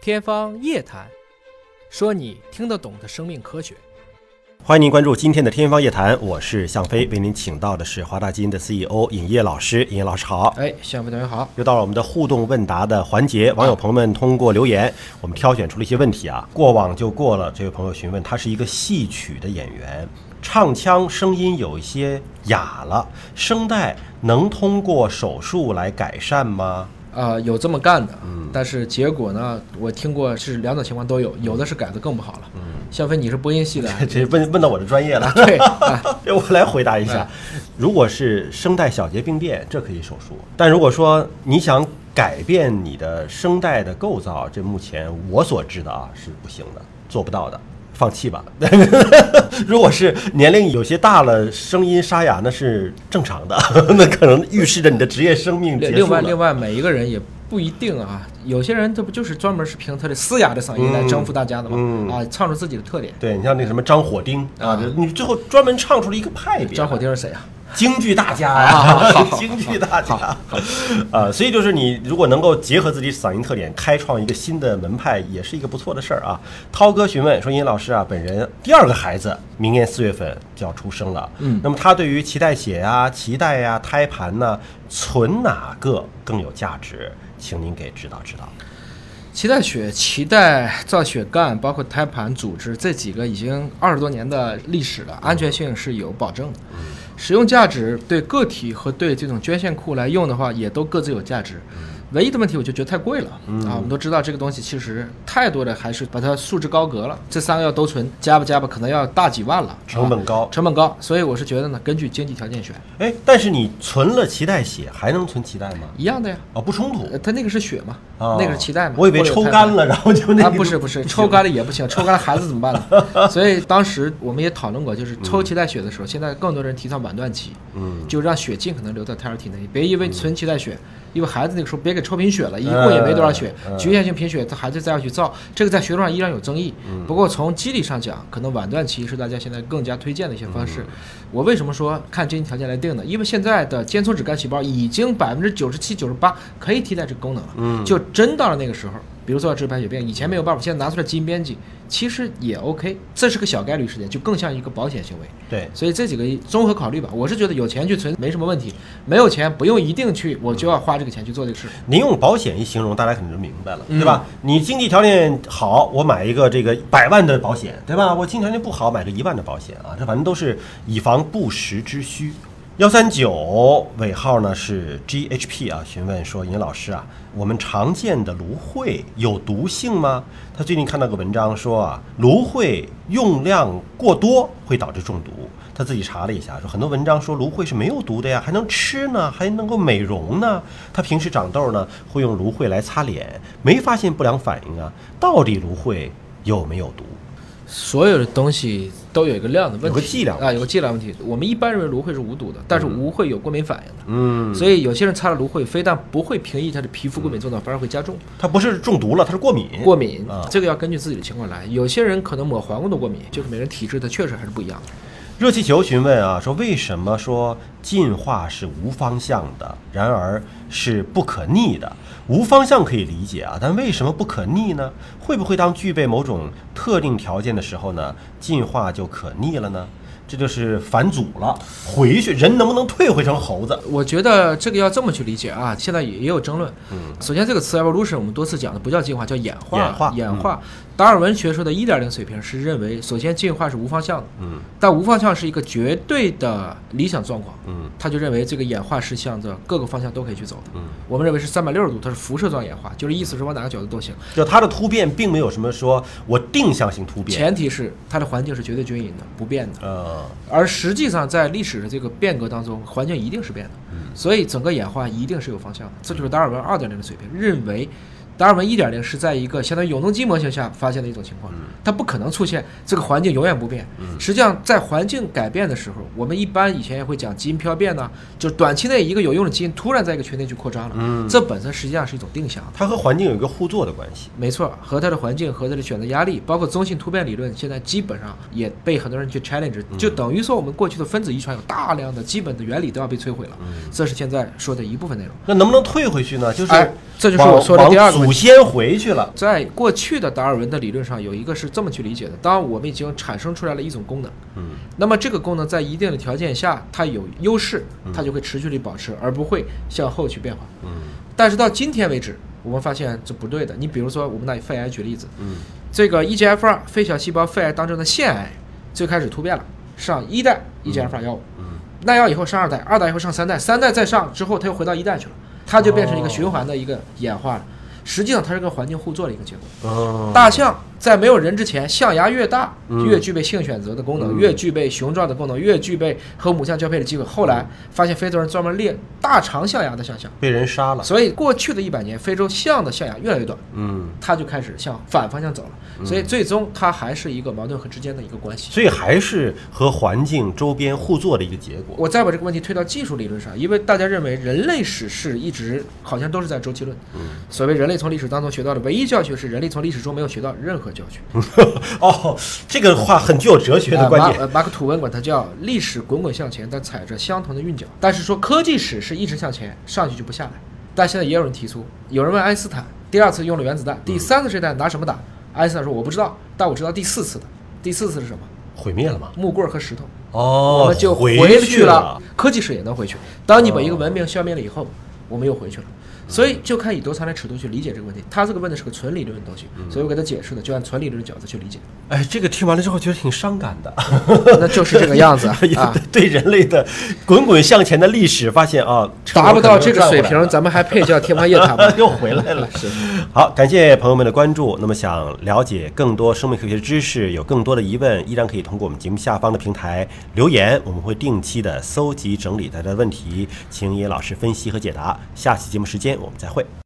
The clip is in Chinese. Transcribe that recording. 天方夜谭，说你听得懂的生命科学。欢迎您关注今天的《天方夜谭》，我是向飞，为您请到的是华大基因的 CEO 尹烨老师。尹烨老师好，哎，小飞同学好。又到了我们的互动问答的环节，网友朋友们通过留言，我们挑选出了一些问题啊。过往就过了，这位朋友询问，他是一个戏曲的演员，唱腔声音有一些哑了，声带能通过手术来改善吗？ 啊、有这么干的，嗯但是结果呢，我听过是两种情况都有，有的是改的更不好了。嗯向飞，你是播音系 的，这问问到我的专业了，对，啊 这哎我来回答一下，嗯如果是声带小节病变，这可以手术；但如果说你想改变你的声带的构造，这目前我所知的啊是不行的，做不到的。放弃吧。 如果是年龄有些大了，声音沙哑那是正常的， 那可能预示着你的职业生命结另束了。另外另外每一个人也不一定啊，有些人这不就是专门是凭他的嘶哑的嗓音来征服大家的吗？嗯啊，唱出自己的特点。对你像那什么张火丁啊，啊你最后专门唱出了一个派别。张火丁是谁啊？京剧大家啊好呀好，京剧大家，啊，所以就是你如果能够结合自己嗓音特点，开创一个新的门派，也是一个不错的事儿啊。涛哥询问说：“尹老师啊，本人第二个孩子明年四月份就要出生了，嗯那么他对于脐带血啊、脐带呀、胎盘呐，存哪个更有价值？请您给指导指导。脐带血、脐带造血干，包括胎盘组织这几个已经二十多年的历史了，安全性是有保证的。嗯使用价值对个体和对这种捐献库来用的话，也都各自有价值。嗯唯一的问题，我就觉得太贵了、啊！我们都知道这个东西其实太多的还是把它束之高阁了。这三个要都存，加吧加吧，可能要大几万了，成本高啊成本高。所以我是觉得呢，根据经济条件选，哎，但是你存了脐带血，还能存脐带吗？一样的呀。哦，不冲突呃，它那个是血嘛，啊，呃那个是脐带嘛。我以为或者有抽胎干盘了，然后就 那个啊，不是不是，抽干了也不行，抽干了孩子怎么办呢？ 所以当时我们也讨论过，就是抽脐带血的时候，现在更多人提倡晚断期，嗯，就让血尽可能留在胎儿体内，别因为存脐带血，因为孩子那个时候别给抽贫血了，一共也没多少血，嗯嗯局限性贫血他孩子再要去造，这个在学术上依然有争议。嗯不过从机理上讲，可能晚断期是大家现在更加推荐的一些方嗯式。我为什么说看经济条件来定呢？因为现在的间充质干细胞已经百分之九十七、九十八可以替代这个功能了。嗯就真到了那个时候，比如说要治白血病，以前没有办法，现在拿出来基因编辑，其实也 OK，这是个小概率事件，就更像一个保险行为。对。所以这几个综合考虑吧，我是觉得有钱去存没什么问题，没有钱不用一定去，我就要花这个钱去做这个事。您用保险一形容，大家可能就明白了，嗯对吧？你经济条件好，我买一个这个百万的保险，对吧？我经济条件不好，买个一万的保险啊，这反正都是以防不时之需。幺三九尾号呢是 GHP 啊，询问说尹老师啊，我们常见的芦荟有毒性吗？他最近看到个文章说啊，芦荟用量过多会导致中毒。他自己查了一下，说很多文章说芦荟是没有毒的呀，还能吃呢，还能够美容呢。他平时长痘呢，会用芦荟来擦脸，没发现不良反应啊。到底芦荟有没有毒？所有的东西都有一个量的问题，有个剂量啊，有个剂量问题。我们一般认为芦荟是无毒的，但是芦荟有过敏反应的。嗯，所以有些人擦了芦荟，非但不会平抑他的皮肤过敏症状，反而会加重。它不是中毒了，它是过敏。过敏啊，这个要根据自己的情况来。有些人可能抹黄瓜都过敏，就是每人体质它确实还是不一样的。热气球询问啊，说为什么说进化是无方向的，然而是不可逆的？无方向可以理解啊，但为什么不可逆呢？会不会当具备某种特定条件的时候呢，进化就可逆了呢？这就是返祖了，回去人能不能退回成猴子？我觉得这个要这么去理解啊，现在也也有争论。嗯，首先这个词 evolution 我们多次讲的不叫进化，叫演化。演化嗯达尔文学说的1.0水平是认为，首先进化是无方向的，嗯，但无方向是一个绝对的理想状况。嗯，他就认为这个演化是向着各个方向都可以去走的。嗯，我们认为是360度，它是辐射状演化，就是意思是往哪个角度都行。就它的突变并没有什么说我定向性突变，前提是它的环境是绝对均匀的、不变的。呃，而实际上，在历史的这个变革当中，环境一定是变的，所以整个演化一定是有方向的。这就是达尔文二点零的水平，认为达尔文一点零是在一个相当于永动机模型下发现的一种情况，它不可能出现这个环境永远不变。实际上，在环境改变的时候，我们一般以前也会讲基因漂变呐、就短期内一个有用的基因突然在一个群体去扩张了，这本身实际上是一种定向。啊它和环境有一个互作的关系。没错，和它的环境和它的选择压力，包括中性突变理论，现在基本上也被很多人去 challenge，就嗯等于说我们过去的分子遗传有大量的基本的原理都要被摧毁了。这是现在说的一部分内容。嗯哎那能不能退回去呢？就是、哎这就是我说的第二个问祖先回去了。在过去的达尔文的理论上，有一个是这么去理解的：当我们已经产生出来了一种功能，嗯，那么这个功能在一定的条件下，它有优势，它就会持续地保持，而不会向后去变化。嗯但是到今天为止，我们发现这不对的。你比如说，我们拿以肺癌举例子，嗯这个 E EGFR 肺小细胞肺癌当中的腺癌，最开始突变了，上一代 E EGFR 药物，嗯，耐药以后上二代，二代以后上三代，三代再上之后，它又回到一代去了，它就变成一个哦循环的一个演化了。实际上，它是跟环境互作的一个结果。哦，大象在没有人之前，象牙越大，嗯越具备性选择的功能，嗯越具备雄壮的功能，越具备和母象交配的机会。后来发现非洲人专门猎大长象牙的象象，被人杀了。所以过去的一百年，非洲象的象牙越来越短，嗯，它就开始向反方向走了。所以最终它还是一个矛盾和之间的一个关系。所以还是和环境周边互作的一个结果。我再把这个问题推到技术理论上，因为大家认为人类史是一直好像都是在周期论。嗯，所谓人类从历史当中学到的唯一教训是，人类从历史中没有学 到任何教训。哦，这个话很具有哲学的啊，观马点。呃马克吐温管它叫历史滚滚向前，但踩着相同的韵脚。但是说科技史是一直向前，上去就不下来。但现在也有人提出，有人问爱因斯坦，第二次用了原子弹，第三次这弹拿什么打？爱因斯坦说我不知道，但我知道第四次的。第四次是什么？毁灭了吗？木棍儿和石头，哦，我们就回回去了。。科技史也能回去。当你把一个文明消灭了以后，我们又回去了。所以就看以多长的尺度去理解这个问题。他这个问的是个纯理论的东西，所以我给他解释的就按纯理论的角度去理解，哎，这个听完了之后觉得挺伤感的。啊 那就是这个样子啊。对人类的滚滚向前的历史发现啊，达不到这个水车轮平，咱们还配叫天方夜谭转过来吗了？又回来了。是。 好，感谢朋友们的关注。那么想了解更多生命科学知识，有更多的疑问，依然可以通过我们节目下方的平台留言，我们会定期的搜集整理大家的问题，请野老师分析和解答。下期节目时间我们再会。